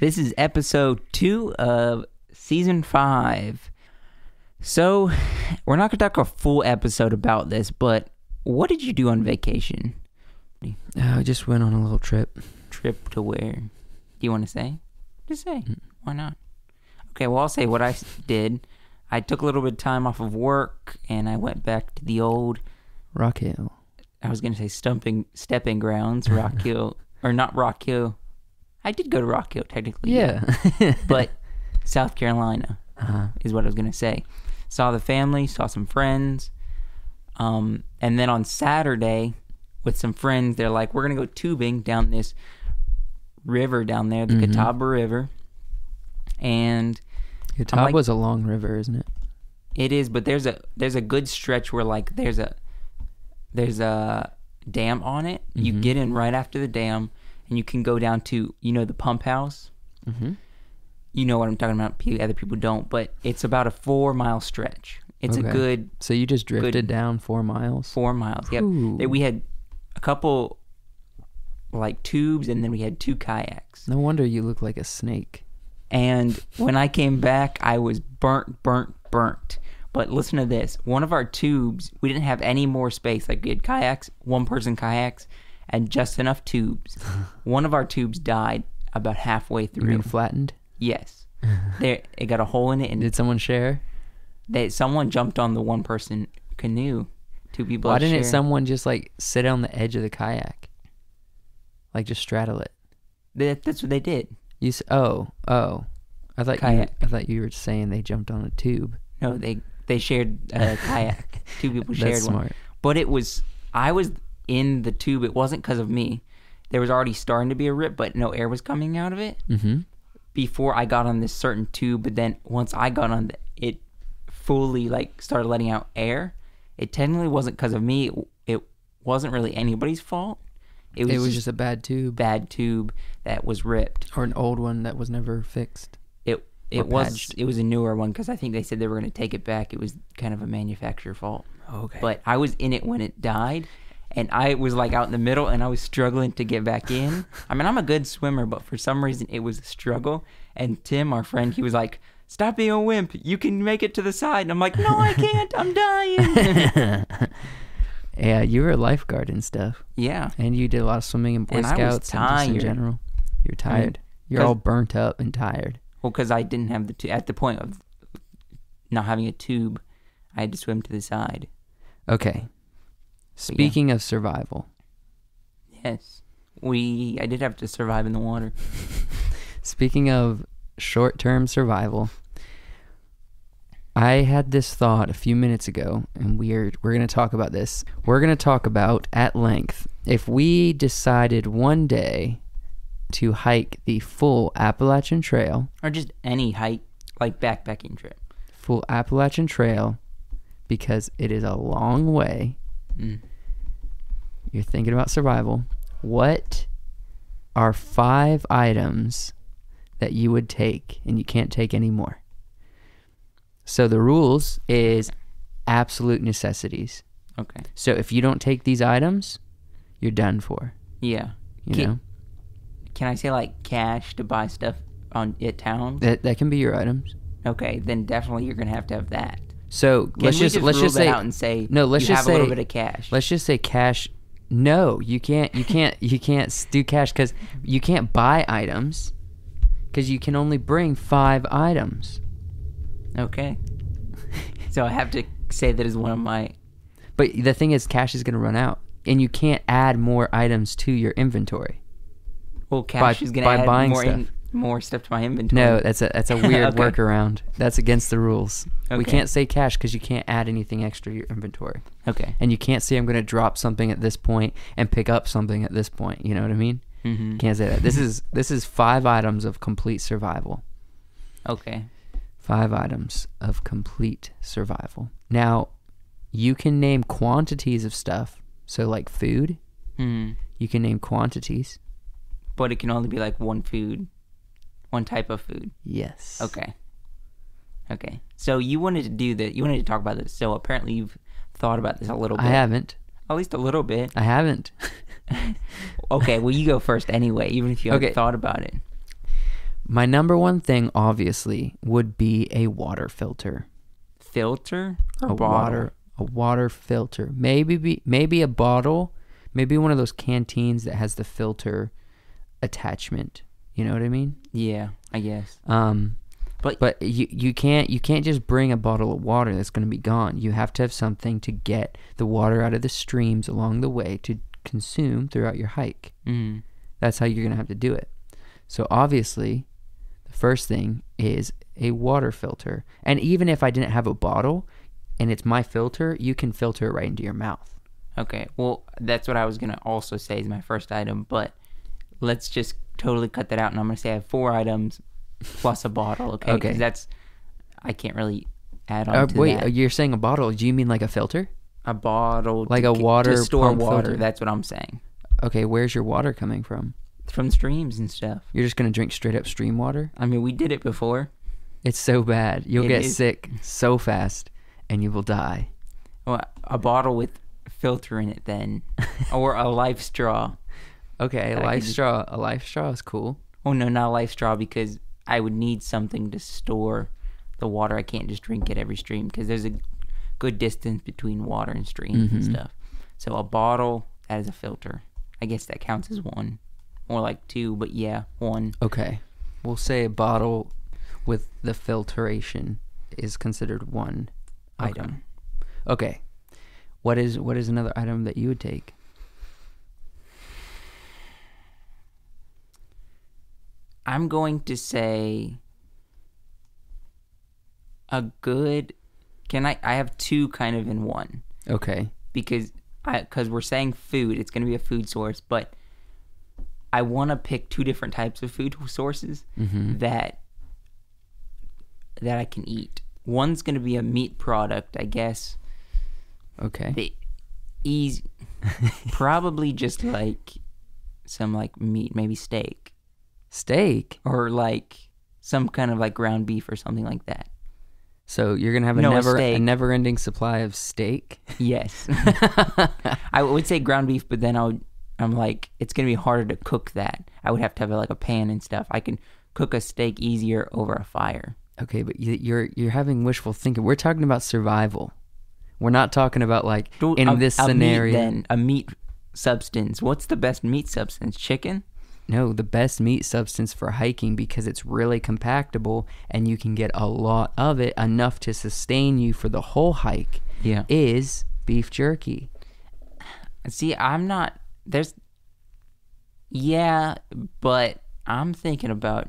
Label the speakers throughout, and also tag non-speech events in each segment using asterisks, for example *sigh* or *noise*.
Speaker 1: This is episode two of season five. So, we're not going to talk a full episode about this, but what did you do on vacation?
Speaker 2: Uh, I just went on a little trip.
Speaker 1: Trip to where? Do you want to say? Just say.
Speaker 2: Mm.
Speaker 1: Why not? Okay, well, I'll say what I s- did. I took a little bit of time off of work and I went back to the old
Speaker 2: Rock Hill.
Speaker 1: I was gonna say stumping stepping grounds,
Speaker 2: *laughs*
Speaker 1: Rock Hill or not Rock Hill. I did go to Rock Hill technically.
Speaker 2: *laughs* Yeah.
Speaker 1: But South Carolina
Speaker 2: uh,
Speaker 1: is what I was gonna say. Saw the family, saw some friends. Um, and then on Saturday with some friends, they're like, We're gonna go tubing down this river down there, the Catawba River. And
Speaker 2: Catawba
Speaker 1: like-
Speaker 2: was a long river, isn't it?
Speaker 1: It is, but there's a there's a good stretch where like there's a there's a dam on it. You get in right after the dam, and you can go down to you know the pump house.
Speaker 2: Mm-hmm.
Speaker 1: You know what I'm talking about. pe- Other people don't, but it's about a four mile stretch. It's
Speaker 2: Okay.
Speaker 1: a good
Speaker 2: So you just drifted down four miles.
Speaker 1: four miles. Yep.
Speaker 2: Ooh.
Speaker 1: That We had a couple like tubes, and then we had two kayaks.
Speaker 2: No wonder you look like a snake.
Speaker 1: And when I came back, I was burnt, burnt, burnt. But listen to this. One of our tubes, we didn't have any more space. Like we had kayaks, one person kayaks, and just enough tubes. one of our tubes died about halfway
Speaker 2: You mean
Speaker 1: through.
Speaker 2: flattened?
Speaker 1: Yes. There it got a hole in it and
Speaker 2: Did someone share?
Speaker 1: they, someone jumped on the one person canoe. Two people.
Speaker 2: Why
Speaker 1: had
Speaker 2: didn't
Speaker 1: shared.
Speaker 2: someone just like sit on the edge of the kayak? Like just straddle it.
Speaker 1: That- that's what they did.
Speaker 2: You s- oh oh, I thought you,
Speaker 1: Kayak.
Speaker 2: I thought you were saying they jumped on a tube.
Speaker 1: No, they they shared
Speaker 2: *laughs*
Speaker 1: a kayak. Two people shared
Speaker 2: That's
Speaker 1: one.
Speaker 2: smart.
Speaker 1: but it was I was in the tube. It wasn't because of me. There was already starting to be a rip, but no air was coming out of it
Speaker 2: Mm-hmm.
Speaker 1: before I got on this certain tube. But then once I got on, the, it fully like started letting out air. It technically wasn't because of me. It, it wasn't really anybody's fault. It was,
Speaker 2: It was
Speaker 1: just
Speaker 2: just a bad
Speaker 1: a
Speaker 2: tube
Speaker 1: bad tube that was ripped.
Speaker 2: or an old one that was never fixed.
Speaker 1: It
Speaker 2: Or
Speaker 1: it was
Speaker 2: patched.
Speaker 1: it was a newer one because I think they said they were going to take it back. It was kind of a manufacturer fault.
Speaker 2: Oh, Okay.
Speaker 1: but I was in it when it died, and I was like out in the middle, and I was struggling to get back in. I mean, I'm a good swimmer, but for some reason it was a struggle. And Tim, our friend, he was like, "Stop being a wimp! You can make it to the side." And I'm like, "No, I can't! I'm dying!"
Speaker 2: *laughs* yeah, you were a lifeguard and stuff,
Speaker 1: yeah,
Speaker 2: and you did a lot of swimming and Boy
Speaker 1: And I was
Speaker 2: Scouts and just in
Speaker 1: tired.
Speaker 2: general. You're
Speaker 1: I mean,
Speaker 2: tired. You're
Speaker 1: 'cause-
Speaker 2: all burnt up and tired.
Speaker 1: well, because I didn't have the tu- at the point of not having a tube, I had to swim to the side.
Speaker 2: Okay. Speaking of survival,
Speaker 1: Yes, we I did have to survive in the water.
Speaker 2: Speaking of short term survival, I had this thought a few minutes ago, and we're we're gonna talk about this. We're gonna talk about at length if we decided one day to hike the full Appalachian Trail,
Speaker 1: Or just any hike, like backpacking trip.
Speaker 2: full Appalachian Trail, because it is a long way.
Speaker 1: Mm.
Speaker 2: You're thinking about survival. What are five items that you would take and you can't take anymore? So the rules is absolute necessities.
Speaker 1: Okay.
Speaker 2: So if you don't take these items, you're done for.
Speaker 1: Yeah.
Speaker 2: You
Speaker 1: Ki-
Speaker 2: know
Speaker 1: Can I say like cash to buy stuff on it towns?
Speaker 2: that that can be your items.
Speaker 1: Okay, then definitely you're gonna have to have that.
Speaker 2: So
Speaker 1: Can
Speaker 2: let's
Speaker 1: we
Speaker 2: just, let's
Speaker 1: rule
Speaker 2: just
Speaker 1: that
Speaker 2: say
Speaker 1: out and say
Speaker 2: no, let's
Speaker 1: you
Speaker 2: just
Speaker 1: have a little
Speaker 2: say-
Speaker 1: bit of cash.
Speaker 2: let's just say cash no you can't you can't you can't s- do cash because you can't buy items because you can only bring five items
Speaker 1: okay. *laughs* so I have to say that is one of my
Speaker 2: but the thing is cash is going to run out and you can't add more items to your inventory
Speaker 1: well cash is gonna
Speaker 2: by
Speaker 1: add
Speaker 2: buying
Speaker 1: more in- more stuff to my inventory.
Speaker 2: no that's a
Speaker 1: *laughs*
Speaker 2: that's a weird
Speaker 1: Okay.
Speaker 2: workaround that's against the rules we
Speaker 1: Okay.
Speaker 2: can't say cash because you can't add anything extra to your inventory
Speaker 1: Okay.
Speaker 2: and you can't say i'm going to drop something at this point and pick up something at this point you know what i mean
Speaker 1: hmm
Speaker 2: can't say that this is this is five items of complete survival
Speaker 1: Okay.
Speaker 2: Five items of complete survival. Now, you can name quantities of stuff. So, like food,
Speaker 1: Mm.
Speaker 2: you can name quantities.
Speaker 1: But it can only be like one food, one type of food.
Speaker 2: Yes.
Speaker 1: Okay. Okay. So you wanted to do that. You wanted to talk about this. So apparently you've thought about this a little bit.
Speaker 2: I haven't.
Speaker 1: At least a little bit.
Speaker 2: I haven't. *laughs*
Speaker 1: Okay, well, you go first anyway, even if you haven't
Speaker 2: Okay.
Speaker 1: thought about it.
Speaker 2: My number one thing, obviously, would be a water filter.
Speaker 1: Filter or
Speaker 2: a
Speaker 1: bottle?
Speaker 2: water a water filter maybe be, maybe a bottle maybe one of those canteens that has the filter attachment you know what i mean
Speaker 1: Yeah, I guess.
Speaker 2: um
Speaker 1: But-
Speaker 2: but you you can't you can't just bring a bottle of water that's going to be gone you have to have something to get the water out of the streams along the way to consume throughout your hike
Speaker 1: Mm.
Speaker 2: that's how you're going to have to do it so obviously the first thing is a water filter and even if i didn't have a bottle and it's my filter you can filter it right into your mouth
Speaker 1: Okay. Well, that's what I was gonna also say is my first item, but let's just totally cut that out, and I'm gonna say I have four items plus a bottle. Okay. 'Cause
Speaker 2: Okay.
Speaker 1: That's I can't really add on
Speaker 2: Uh,
Speaker 1: to
Speaker 2: wait
Speaker 1: that.
Speaker 2: you're saying a bottle do you mean like a filter
Speaker 1: a bottle,
Speaker 2: Like
Speaker 1: to
Speaker 2: a
Speaker 1: ke-
Speaker 2: water
Speaker 1: to store
Speaker 2: pump
Speaker 1: water.
Speaker 2: filter.
Speaker 1: That's what I'm saying.
Speaker 2: okay where's your water coming from
Speaker 1: From streams and stuff.
Speaker 2: you're just going to drink straight up stream water
Speaker 1: I mean, we did it before.
Speaker 2: it's so bad you'll
Speaker 1: It
Speaker 2: get
Speaker 1: is.
Speaker 2: sick so fast and you will die
Speaker 1: Well, a bottle with filter in it, then, or a life straw.
Speaker 2: okay a
Speaker 1: I
Speaker 2: life
Speaker 1: could just-
Speaker 2: straw a life straw is cool
Speaker 1: Oh no, not a life straw because I would need something to store the water. I can't just drink it every stream because there's a good distance between water and streams and
Speaker 2: Mhm.
Speaker 1: stuff. So a bottle that is a filter. I guess that counts as one, more like two, but yeah, one.
Speaker 2: Okay. We'll say a bottle with the filtration is considered one item. Okay. What is what is another item that you would take?
Speaker 1: I'm going to say a good. Can I? I have two kind of in one.
Speaker 2: Okay.
Speaker 1: because because we're saying food, it's going to be a food source, but I want to pick two different types of food sources
Speaker 2: Mhm.
Speaker 1: that that I can eat. One's going to be a meat product, I guess.
Speaker 2: Okay.
Speaker 1: The easy, probably just like some like meat, maybe steak
Speaker 2: Steak.
Speaker 1: or like some kind of like ground beef or something like that.
Speaker 2: So you're gonna have a
Speaker 1: No, a
Speaker 2: never a
Speaker 1: steak.
Speaker 2: never ending supply of steak. *laughs*
Speaker 1: Yes, *laughs* I would say ground beef, but then I would, I'm like, it's gonna be harder to cook that. I would have to have like a pan and stuff. I can cook a steak easier over a fire.
Speaker 2: Okay, but you, you're you're having wishful thinking. We're talking about survival. We're not talking about like
Speaker 1: Do-
Speaker 2: in
Speaker 1: a-
Speaker 2: this
Speaker 1: a meat
Speaker 2: scenario.
Speaker 1: then a meat substance. What's the best meat substance? Chicken.
Speaker 2: No, the best meat substance for hiking because it's really compactable and you can get a lot of it enough to sustain you for the whole hike
Speaker 1: Yeah.
Speaker 2: is beef jerky.
Speaker 1: See, I'm not. There's. Yeah, but I'm thinking about.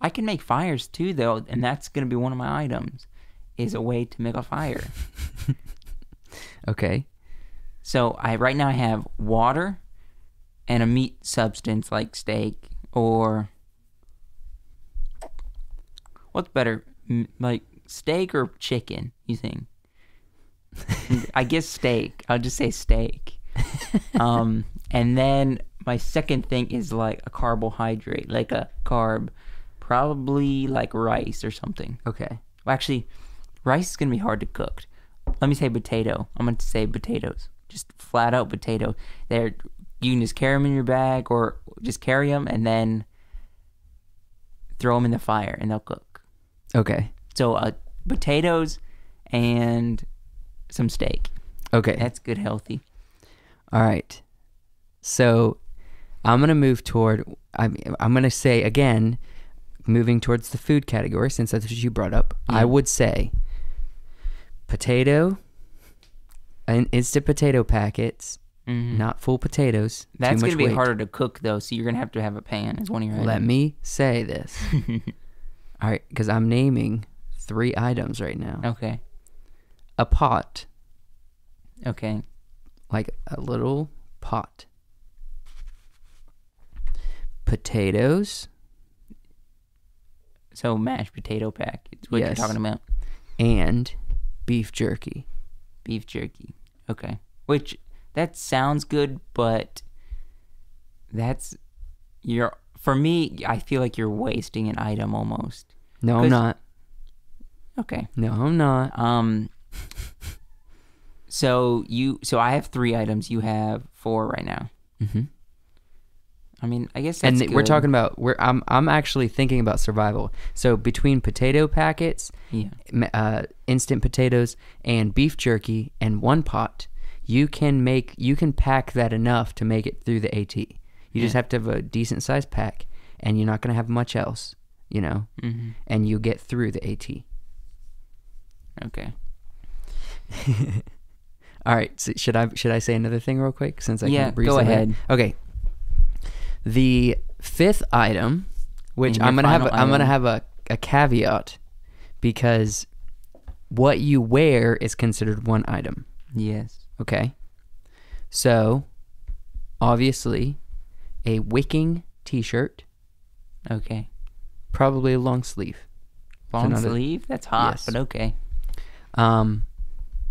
Speaker 1: I can make fires too, though, and that's gonna be one of my items. Is a way to make a fire.
Speaker 2: Okay.
Speaker 1: So I right now I have water and a meat substance like steak or what's better M- like steak or chicken you think I guess steak I'll just say steak um and then my second thing is like a carbohydrate like a carb probably like rice or something
Speaker 2: Okay.
Speaker 1: well, actually, rice is going to be hard to cook. Let me say potato. I'm going to say potatoes. Just flat out potato. They're, you can just carry them in your bag or just carry them and then throw them in the fire and they'll cook.
Speaker 2: Okay.
Speaker 1: So, uh, potatoes and some steak.
Speaker 2: Okay.
Speaker 1: That's good, healthy.
Speaker 2: All right. So I'm going to move toward, I'm, I'm going to say again, moving towards the food category, since that's what you brought up, I
Speaker 1: Yeah.
Speaker 2: would say potato, an instant potato packets,
Speaker 1: Mhm.
Speaker 2: not full potatoes. too
Speaker 1: That's
Speaker 2: much
Speaker 1: going to be
Speaker 2: weight.
Speaker 1: harder to cook, though. So, you're going to have to have a pan, is one of your
Speaker 2: Let
Speaker 1: items.
Speaker 2: me say this.
Speaker 1: *laughs*
Speaker 2: All right, because I'm naming three items right now
Speaker 1: Okay.
Speaker 2: a pot,
Speaker 1: Okay.
Speaker 2: like a little pot, potatoes,
Speaker 1: So, mashed potato pack. It's what you're
Speaker 2: Yes.
Speaker 1: talking about.
Speaker 2: and beef jerky.
Speaker 1: beef jerky. Okay. Which that sounds good, but that's you're for me, I feel like you're wasting an item almost.
Speaker 2: No, I'm
Speaker 1: 'Cause-
Speaker 2: not.
Speaker 1: Okay.
Speaker 2: No, I'm not.
Speaker 1: Um *laughs* so you so I have 3 items, you have 4 right now.
Speaker 2: hmm
Speaker 1: I mean, I guess
Speaker 2: Mm-hmm. and
Speaker 1: that's
Speaker 2: th- we're
Speaker 1: good.
Speaker 2: talking about we're I'm I'm actually thinking about survival. So between potato packets,
Speaker 1: Yeah.
Speaker 2: m- uh, instant potatoes, and beef jerky, and one pot, you can make you can pack that enough to make it through the AT. You just have to have a decent sized pack, and you're not gonna have much else, you know,
Speaker 1: hmm
Speaker 2: and you get through the AT.
Speaker 1: Okay.
Speaker 2: All right, so should I should I say another thing real quick since I
Speaker 1: Yeah,
Speaker 2: can breeze
Speaker 1: go
Speaker 2: away?
Speaker 1: ahead.
Speaker 2: Okay. The fifth item, which
Speaker 1: And your
Speaker 2: I'm gonna have,
Speaker 1: final
Speaker 2: a, I'm gonna
Speaker 1: item.
Speaker 2: have a, a caveat, because what you wear is considered one item.
Speaker 1: Yes.
Speaker 2: Okay. So, obviously, a wicking T-shirt,
Speaker 1: Okay.
Speaker 2: probably a long sleeve.
Speaker 1: Long
Speaker 2: another-
Speaker 1: sleeve? That's hot,
Speaker 2: Yes.
Speaker 1: but okay.
Speaker 2: Um,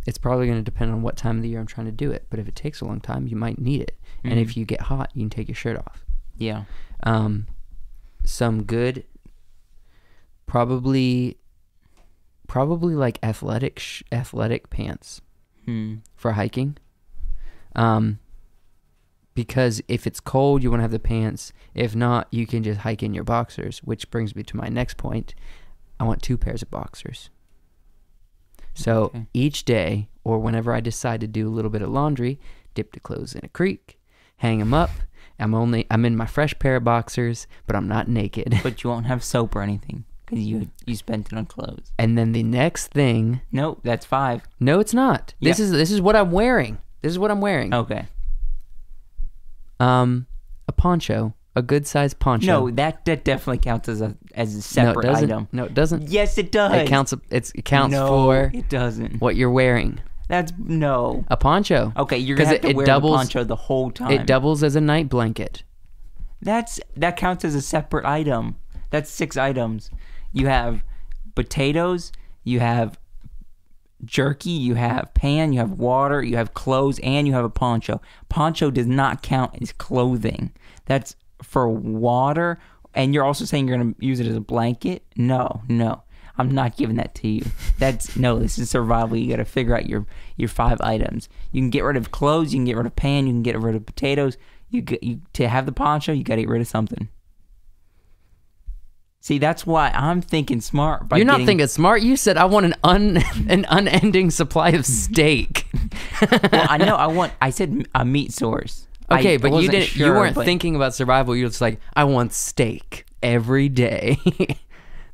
Speaker 2: it's probably going to depend on what time of the year I'm trying to do it. But if it takes a long time, you might need it. And if you get hot, you can take your shirt off.
Speaker 1: Yeah.
Speaker 2: um, some good, probably, probably like athletic sh- athletic pants
Speaker 1: Hmm.
Speaker 2: for hiking. Um, because if it's cold, you want to have the pants. If not, you can just hike in your boxers. Which brings me to my next point. I want two pairs of boxers. So
Speaker 1: Okay.
Speaker 2: each day, or whenever I decide to do a little bit of laundry, dip the clothes in a creek, hang them up. I'm only I'm in my fresh pair of boxers, but I'm not naked. *laughs*
Speaker 1: But you won't have soap or anything because you you spent it on clothes.
Speaker 2: And then the next thing,
Speaker 1: Nope, that's five.
Speaker 2: no, it's not. This
Speaker 1: Yeah. Oh,
Speaker 2: is this is what I'm wearing. This is what I'm wearing.
Speaker 1: Okay.
Speaker 2: Um, a poncho, a good sized poncho.
Speaker 1: No, that that definitely counts as a as a separate
Speaker 2: no, it doesn't.
Speaker 1: item.
Speaker 2: No, it doesn't.
Speaker 1: Yes, it does.
Speaker 2: It counts. It's, it counts
Speaker 1: no,
Speaker 2: for
Speaker 1: it doesn't.
Speaker 2: what you're wearing.
Speaker 1: That's no.
Speaker 2: A poncho.
Speaker 1: Okay, you're gonna
Speaker 2: 'Cause
Speaker 1: have to
Speaker 2: it
Speaker 1: wear
Speaker 2: doubles-
Speaker 1: the poncho the whole time.
Speaker 2: It doubles as a night blanket.
Speaker 1: That's that counts as a separate item. That's six items. You have potatoes, you have jerky, you have pan, you have water, you have clothes, and you have a poncho. Poncho does not count as clothing. That's for water. And you're also saying you're gonna use it as a blanket? No, no. I'm not giving that to you. That's *laughs* no, this is survival. You gotta figure out your your five items. You can get rid of clothes, you can get rid of pan, you can get rid of potatoes. You, g- you to have the poncho, you gotta get rid of something. See, that's why I'm thinking smart. By
Speaker 2: You're not
Speaker 1: getting-
Speaker 2: thinking smart. You said I want an un *laughs* an unending supply of steak.
Speaker 1: well, I know. I want. I said a meat source. *laughs* I
Speaker 2: okay, but you
Speaker 1: wasn't
Speaker 2: didn't. you
Speaker 1: sure,
Speaker 2: weren't
Speaker 1: but-
Speaker 2: thinking about survival. You're just like, I want steak every day. *laughs*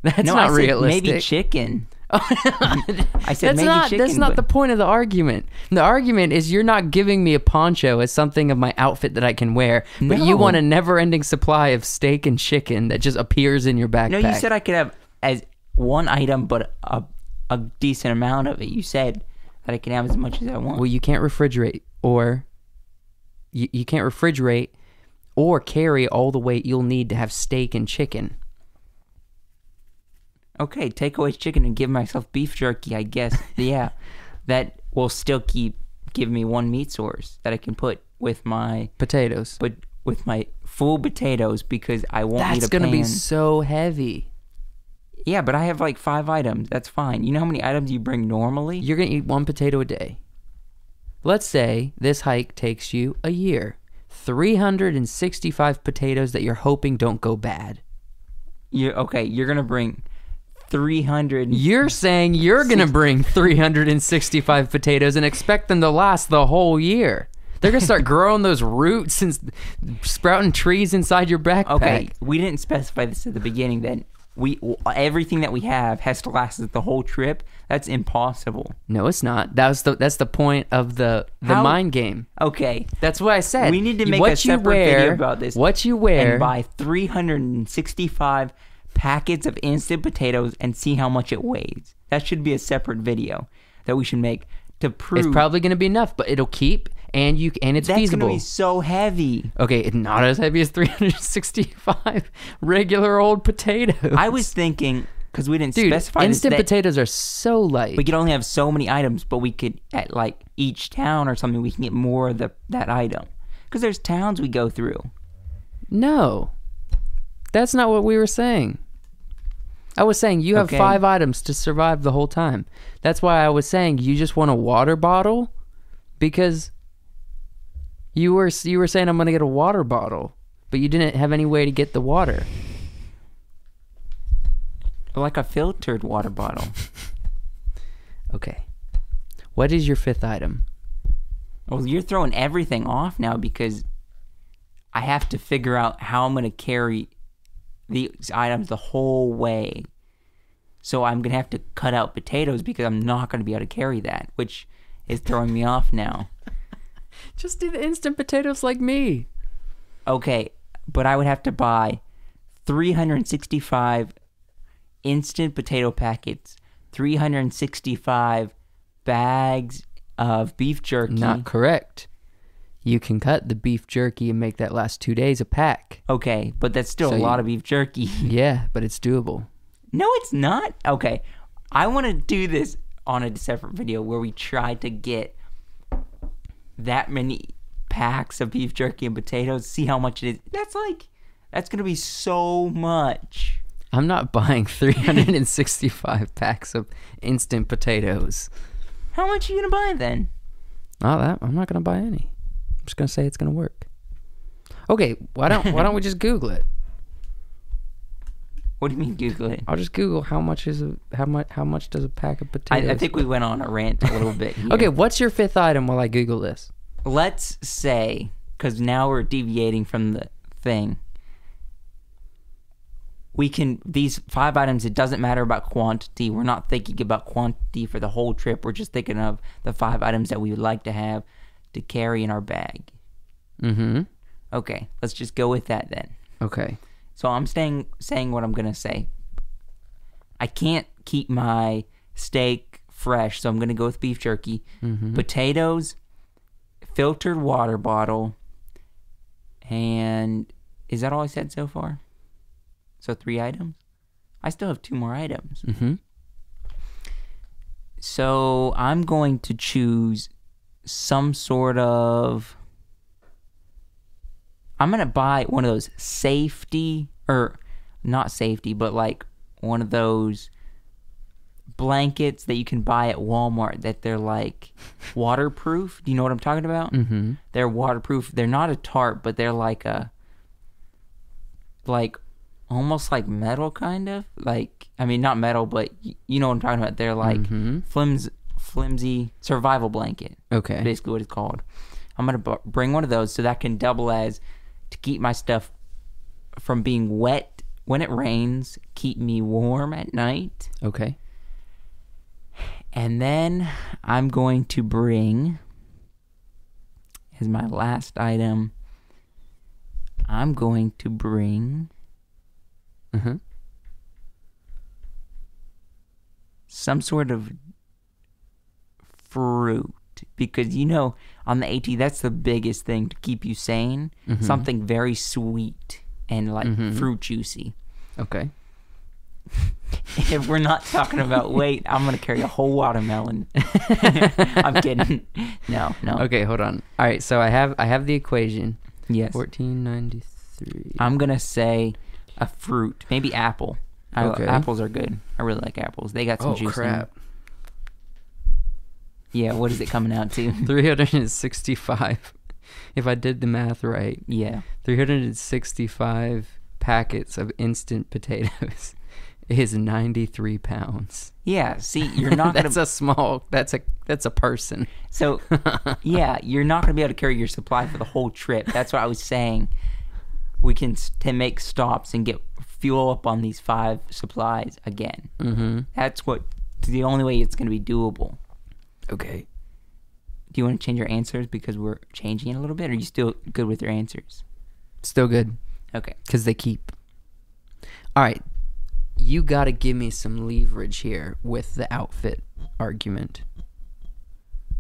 Speaker 2: That's
Speaker 1: No,
Speaker 2: not
Speaker 1: I said
Speaker 2: realistic.
Speaker 1: Maybe chicken.
Speaker 2: *laughs*
Speaker 1: I said
Speaker 2: that's
Speaker 1: maybe
Speaker 2: not.
Speaker 1: chicken.
Speaker 2: that's not
Speaker 1: but-
Speaker 2: the point of the argument. The argument is you're not giving me a poncho as something of my outfit that I can wear, but you
Speaker 1: No.
Speaker 2: want a never-ending supply of steak and chicken that just appears in your backpack.
Speaker 1: No, you said I could have as one item, but a a decent amount of it. You said that I can have as much as I want.
Speaker 2: Well, you can't refrigerate or you, you can't refrigerate or carry all the weight you'll need to have steak and chicken.
Speaker 1: okay, take away chicken and give myself beef jerky. I
Speaker 2: *laughs*
Speaker 1: guess. yeah, that will still keep give me one meat source that I can put with my
Speaker 2: Potatoes.
Speaker 1: but with my full potatoes because I won't eat
Speaker 2: That's
Speaker 1: a
Speaker 2: going to be
Speaker 1: pan.
Speaker 2: so heavy.
Speaker 1: Yeah, but I have like five items. That's fine. You know how many items you bring normally?
Speaker 2: You're going to eat one potato a day. Let's say this hike takes you a year. 365 potatoes that you're hoping don't go bad.
Speaker 1: You okay? You're gonna bring three hundred.
Speaker 2: You're saying you're going to bring 365 potatoes and expect them to last the whole year. They're going to start growing those roots and s- sprouting trees inside your backpack.
Speaker 1: okay, we didn't specify this at the beginning. Then we everything that we have has to last us the whole trip. That's impossible.
Speaker 2: No, it's not. That's the that's the point of the the
Speaker 1: How-
Speaker 2: mind game.
Speaker 1: Okay,
Speaker 2: That's what I said.
Speaker 1: we need to make
Speaker 2: what
Speaker 1: a
Speaker 2: you
Speaker 1: separate
Speaker 2: wear,
Speaker 1: video about this.
Speaker 2: What you wear
Speaker 1: and buy three hundred and sixty-five packets of instant potatoes and see how much it weighs. That should be a separate video that we should make to prove
Speaker 2: is probably going to be enough, but it'll keep and you and it's
Speaker 1: that's
Speaker 2: feasible.
Speaker 1: gonna be so heavy.
Speaker 2: Okay, it's not as heavy as 365 *laughs* regular old potatoes.
Speaker 1: I was thinking because we didn't
Speaker 2: Dude,
Speaker 1: specify this,
Speaker 2: instant
Speaker 1: that
Speaker 2: potatoes are so light.
Speaker 1: we could only have so many items, but we could at like each town or something we can get more of the that item because there's towns we go through.
Speaker 2: No. That's not what we were saying. I was saying you have
Speaker 1: Okay.
Speaker 2: five items to survive the whole time. That's why I was saying you just want a water bottle because you were you were saying I'm going to get a water bottle, but you didn't have any way to get the water.
Speaker 1: Like a filtered water bottle.
Speaker 2: Okay. What is your fifth item?
Speaker 1: Well, you're throwing everything off now because I have to figure out how I'm going to carry these items the whole way. So I'm going to have to cut out potatoes because I'm not going to be able to carry that, which is throwing me off now.
Speaker 2: Just do the instant potatoes like me.
Speaker 1: Okay, but I would have to buy 365 instant potato packets, 365 bags of beef jerky.
Speaker 2: Not correct. You can cut the beef jerky and make that last two days a pack.
Speaker 1: okay, but that's still
Speaker 2: So
Speaker 1: a
Speaker 2: you-
Speaker 1: lot of beef jerky. *laughs*
Speaker 2: Yeah, but it's doable.
Speaker 1: No, it's not. Okay. I want to do this on a separate video where we try to get that many packs of beef jerky and potatoes, see how much it is. That's like, that's going to be so much.
Speaker 2: I'm not *laughs* buying 365 *laughs* packs of instant potatoes.
Speaker 1: How much are you going to buy then?
Speaker 2: Not that I'm not gonna buy any. I'm just gonna say it's gonna work. Okay, why don't why don't we *laughs* just Google it?
Speaker 1: What do you mean Google it?
Speaker 2: I'll just Google how much is a how much how much does a pack of
Speaker 1: *laughs*
Speaker 2: potatoes?
Speaker 1: I, I think we went on a rant a little *laughs* bit. Here.
Speaker 2: Okay, what's your fifth item while I Google this?
Speaker 1: Let's say, because now we're deviating from the thing. We can, these five items, it doesn't matter about quantity. We're not thinking about quantity for the whole trip. We're just thinking of the five items that we would like to have to carry in our bag.
Speaker 2: Mm-hmm.
Speaker 1: Okay, let's just go with that then.
Speaker 2: Okay.
Speaker 1: So I'm staying saying what I'm gonna say. I can't keep my steak fresh, so I'm gonna go with beef jerky, potatoes, filtered water bottle, and is that all I said so far? So three items. I still have two more items.
Speaker 2: Mm-hmm.
Speaker 1: So I'm going to choose some sort of. I'm gonna buy one of those safety or not safety, but like one of those blankets that you can buy at Walmart that they're like waterproof. Do you know what I'm talking about?
Speaker 2: Mm-hmm.
Speaker 1: They're waterproof. They're not a tarp, but they're like a like almost like metal kind of like I mean not metal, but y- you know what I'm talking about. They're like
Speaker 2: Mhm.
Speaker 1: flims flimsy survival blanket
Speaker 2: Okay.
Speaker 1: basically what it's called. I'm gonna bu- bring one of those so that can double as to keep my stuff from being wet when it rains, keep me warm at night,
Speaker 2: Okay.
Speaker 1: and then I'm going to bring as my last item. I'm going to bring
Speaker 2: Mm-hmm.
Speaker 1: some sort of fruit because you know on the AT that's the biggest thing to keep you sane.
Speaker 2: Mm-hmm.
Speaker 1: Something very sweet and like fruit juicy. *laughs*
Speaker 2: Okay.
Speaker 1: if we're not talking about
Speaker 2: *laughs*
Speaker 1: weight, I'm gonna carry a whole watermelon. I'm kidding. No, no.
Speaker 2: Okay, hold on. All right, so I have I have the equation.
Speaker 1: Yes, Ah,
Speaker 2: 1493.
Speaker 1: I'm gonna say a fruit, maybe apple. I,
Speaker 2: Okay.
Speaker 1: Apples are good. I really like apples. They got some
Speaker 2: oh
Speaker 1: juice. in 'em.
Speaker 2: crap. *laughs*
Speaker 1: Yeah. What is it coming out
Speaker 2: *laughs*
Speaker 1: to?
Speaker 2: 365. If I did the math right,
Speaker 1: yeah.
Speaker 2: 365 packets of instant potatoes *laughs* is 93 pounds.
Speaker 1: Yeah. See, you're
Speaker 2: *laughs*
Speaker 1: not gonna.
Speaker 2: that's a small. That's a that's a person. *laughs*
Speaker 1: So, yeah, you're not going to be able to carry your supply for the whole trip. That's what I was saying. We can s- to make stops and get fuel up on these five supplies again.
Speaker 2: Mm-hmm.
Speaker 1: That's what the only way it's going to be doable.
Speaker 2: Okay.
Speaker 1: Do you want to change your answers because we're changing it a little bit? Or are you still good with your answers?
Speaker 2: Still good
Speaker 1: Okay.
Speaker 2: because they keep. All right, you got to give me some leverage here with the outfit argument.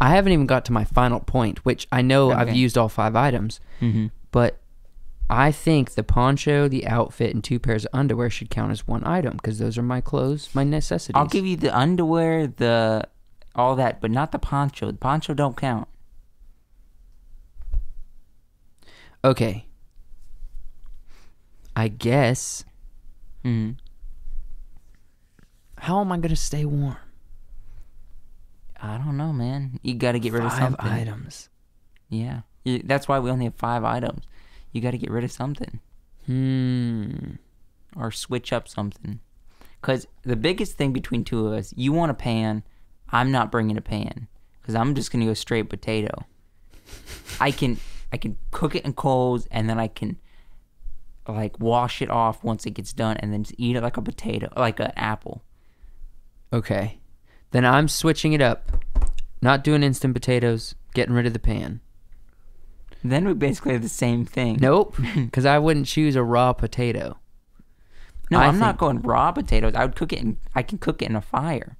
Speaker 2: I haven't even got to my final point, which I know I've
Speaker 1: Okay.
Speaker 2: used all five items,
Speaker 1: Mm-hmm.
Speaker 2: but I think the poncho, the outfit, and two pairs of underwear should count as one item because those are my clothes, my necessities.
Speaker 1: I'll give you the underwear, the all that, but not the poncho. The poncho don't count.
Speaker 2: okay. I guess.
Speaker 1: Mm-hmm.
Speaker 2: How am I going to stay warm?
Speaker 1: I don't know, man. You got to get rid of
Speaker 2: Five
Speaker 1: something.
Speaker 2: items.
Speaker 1: Yeah. You- That's why we only have five items. you got to get rid of something
Speaker 2: Hmm.
Speaker 1: or switch up something. Because the biggest thing between two of us, you want a pan, I'm not bringing a pan because I'm just gonna go straight potato. I can I can cook it in coals and then I can like wash it off once it gets done and then just eat it like a potato, like an apple.
Speaker 2: Okay. Then I'm switching it up. Not doing instant potatoes, getting rid of the pan.
Speaker 1: Then we basically have the same thing. *laughs*
Speaker 2: Nope, because I wouldn't choose a raw potato.
Speaker 1: no,
Speaker 2: I
Speaker 1: I'm not
Speaker 2: think-
Speaker 1: going raw potatoes. I would cook it. In, I can cook it in a fire.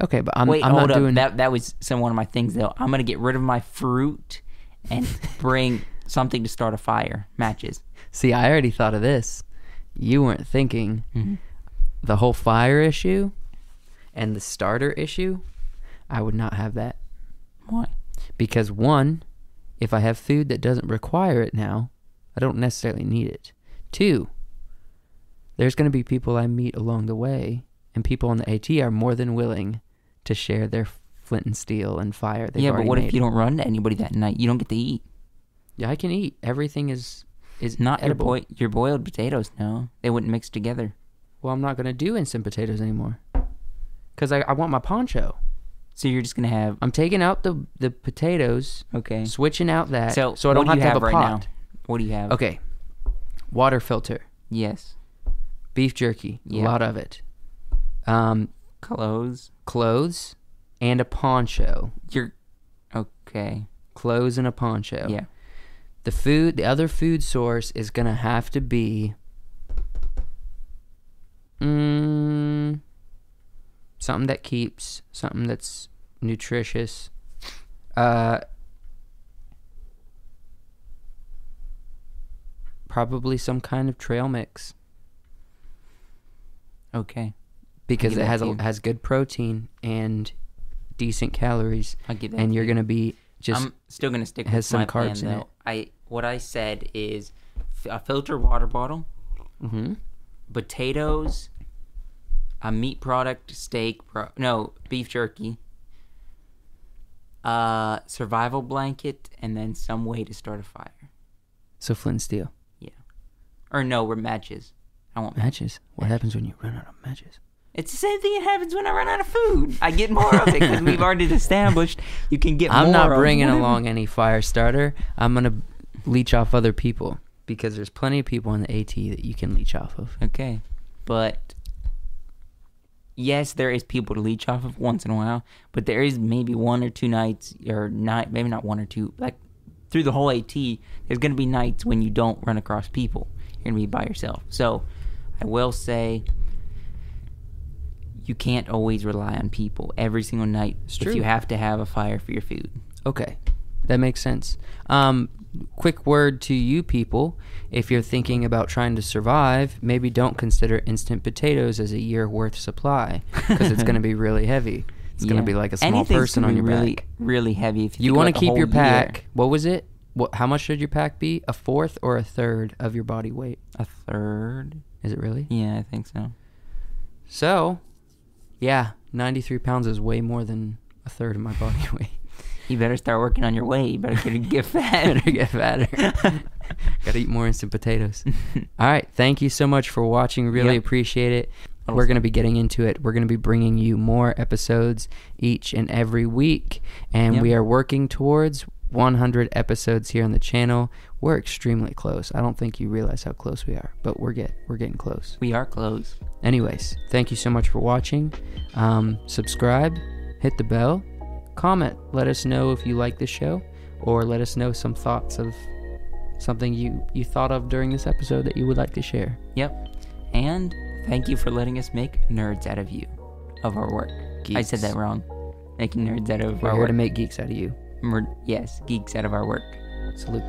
Speaker 2: Okay, but I'm,
Speaker 1: Wait,
Speaker 2: I'm
Speaker 1: hold
Speaker 2: not
Speaker 1: up.
Speaker 2: doing
Speaker 1: That that was some one of my things though. I'm gonna get rid of my fruit
Speaker 2: *laughs*
Speaker 1: and bring something to start a fire. Matches.
Speaker 2: See, I already thought of this. You weren't thinking
Speaker 1: Mm-hmm.
Speaker 2: the whole fire issue and the starter issue. I would not have that
Speaker 1: Why?
Speaker 2: because one, if I have food that doesn't require it now, I don't necessarily need it. Two, there's going to be people I meet along the way, and people on the AT are more than willing to share their flint and steel and fire. They've
Speaker 1: yeah, but
Speaker 2: already
Speaker 1: what
Speaker 2: made.
Speaker 1: if you don't run to anybody that night? You don't get to eat.
Speaker 2: Yeah, I can eat. Everything is is
Speaker 1: Not your
Speaker 2: edible.
Speaker 1: boi- your boiled potatoes. No, they wouldn't mix together.
Speaker 2: Well, I'm not gonna do instant potatoes anymore, cause I, I want my poncho.
Speaker 1: So you're just gonna have
Speaker 2: I'm taking out the the potatoes,
Speaker 1: okay.
Speaker 2: switching out that,
Speaker 1: So
Speaker 2: so, I don't
Speaker 1: what
Speaker 2: have
Speaker 1: do you
Speaker 2: to have, a
Speaker 1: right
Speaker 2: pot.
Speaker 1: now? What do you have?
Speaker 2: Okay, water filter,
Speaker 1: Yes,
Speaker 2: beef jerky,
Speaker 1: Yeah.
Speaker 2: a lot of it, um,
Speaker 1: clothes.
Speaker 2: clothes, and a poncho.
Speaker 1: You're okay.
Speaker 2: Clothes and a poncho.
Speaker 1: Yeah.
Speaker 2: The food, the other food source is gonna have to be. Mm, something that keeps, something that's nutritious. Uh, probably some kind of trail mix
Speaker 1: Okay,
Speaker 2: because
Speaker 1: give
Speaker 2: it
Speaker 1: that
Speaker 2: has
Speaker 1: to
Speaker 2: a,
Speaker 1: you.
Speaker 2: has good protein and decent calories,
Speaker 1: I get that.
Speaker 2: and you're gonna be just
Speaker 1: I'm still gonna stick
Speaker 2: has
Speaker 1: with
Speaker 2: some
Speaker 1: my plan,
Speaker 2: carbs in
Speaker 1: though.
Speaker 2: it.
Speaker 1: I what I said is f- a filter water bottle,
Speaker 2: Mhm.
Speaker 1: potatoes, a meat product, steak, pro- no beef jerky, uh, survival blanket, and then some way to start a fire.
Speaker 2: so flint and steel
Speaker 1: Yeah, or no, we're matches. I want.
Speaker 2: matches. What happens when you run out of matches?
Speaker 1: It's the same thing that happens when I run out of food. I get more of it because we've
Speaker 2: *laughs*
Speaker 1: already established you can get.
Speaker 2: I'm
Speaker 1: more
Speaker 2: not
Speaker 1: of
Speaker 2: bringing
Speaker 1: whatever.
Speaker 2: along any fire starter. I'm gonna leech off other people because there's plenty of people on the AT that you can leech off of.
Speaker 1: Okay. But yes, there is people to leech off of once in a while, but there is maybe one or two nights or night maybe not one or two, like through the whole AT, there's gonna be nights when you don't run across people. You're gonna be by yourself. So I will say you can't always rely on people every single night
Speaker 2: It's
Speaker 1: if
Speaker 2: true.
Speaker 1: you have to have a fire for your food.
Speaker 2: Okay, that makes sense. Um, quick word to you people: if you're thinking about trying to survive, maybe don't consider instant potatoes as a year worth supply because it's gonna be
Speaker 1: *laughs*
Speaker 2: really heavy. It's gonna
Speaker 1: Yeah.
Speaker 2: be like a small
Speaker 1: Anything's
Speaker 2: person
Speaker 1: gonna
Speaker 2: on
Speaker 1: be
Speaker 2: your
Speaker 1: really,
Speaker 2: back.
Speaker 1: Really heavy if you,
Speaker 2: You
Speaker 1: think
Speaker 2: want
Speaker 1: about the
Speaker 2: to keep your
Speaker 1: whole year.
Speaker 2: pack. What was it? What? How much should your pack be? A fourth or a third of your body weight?
Speaker 1: A third?
Speaker 2: Is it really?
Speaker 1: Yeah, I think so.
Speaker 2: So, yeah, 93 pounds is way more than a third of my body *laughs* weight.
Speaker 1: You better start working on your weight. You better get, *laughs*
Speaker 2: *laughs*
Speaker 1: get fat.
Speaker 2: Better get
Speaker 1: *laughs*
Speaker 2: fatter. *laughs* Gotta eat more instant potatoes. All right, thank you so much for watching. Really
Speaker 1: Yep.
Speaker 2: appreciate it. We're
Speaker 1: Awesome.
Speaker 2: going to be getting into it. We're going to be bringing you more episodes each and every week. And
Speaker 1: Yep.
Speaker 2: we are working towards 100 episodes here on the channel. We're extremely close. I don't think you realize how close we are, but we're get we're getting close.
Speaker 1: We are close.
Speaker 2: Anyways, thank you so much for watching. Um, subscribe, hit the bell, comment. Let us know if you like this show, or let us know some thoughts of something you you thought of during this episode that you would like to share.
Speaker 1: Yep. And thank you for letting us make nerds out of you, of our work. I said
Speaker 2: Geeks.
Speaker 1: that wrong. Making nerds out of
Speaker 2: We're
Speaker 1: our
Speaker 2: here
Speaker 1: work.
Speaker 2: to make geeks out of you.
Speaker 1: Mer- yes, geeks out of our work.
Speaker 2: Salute.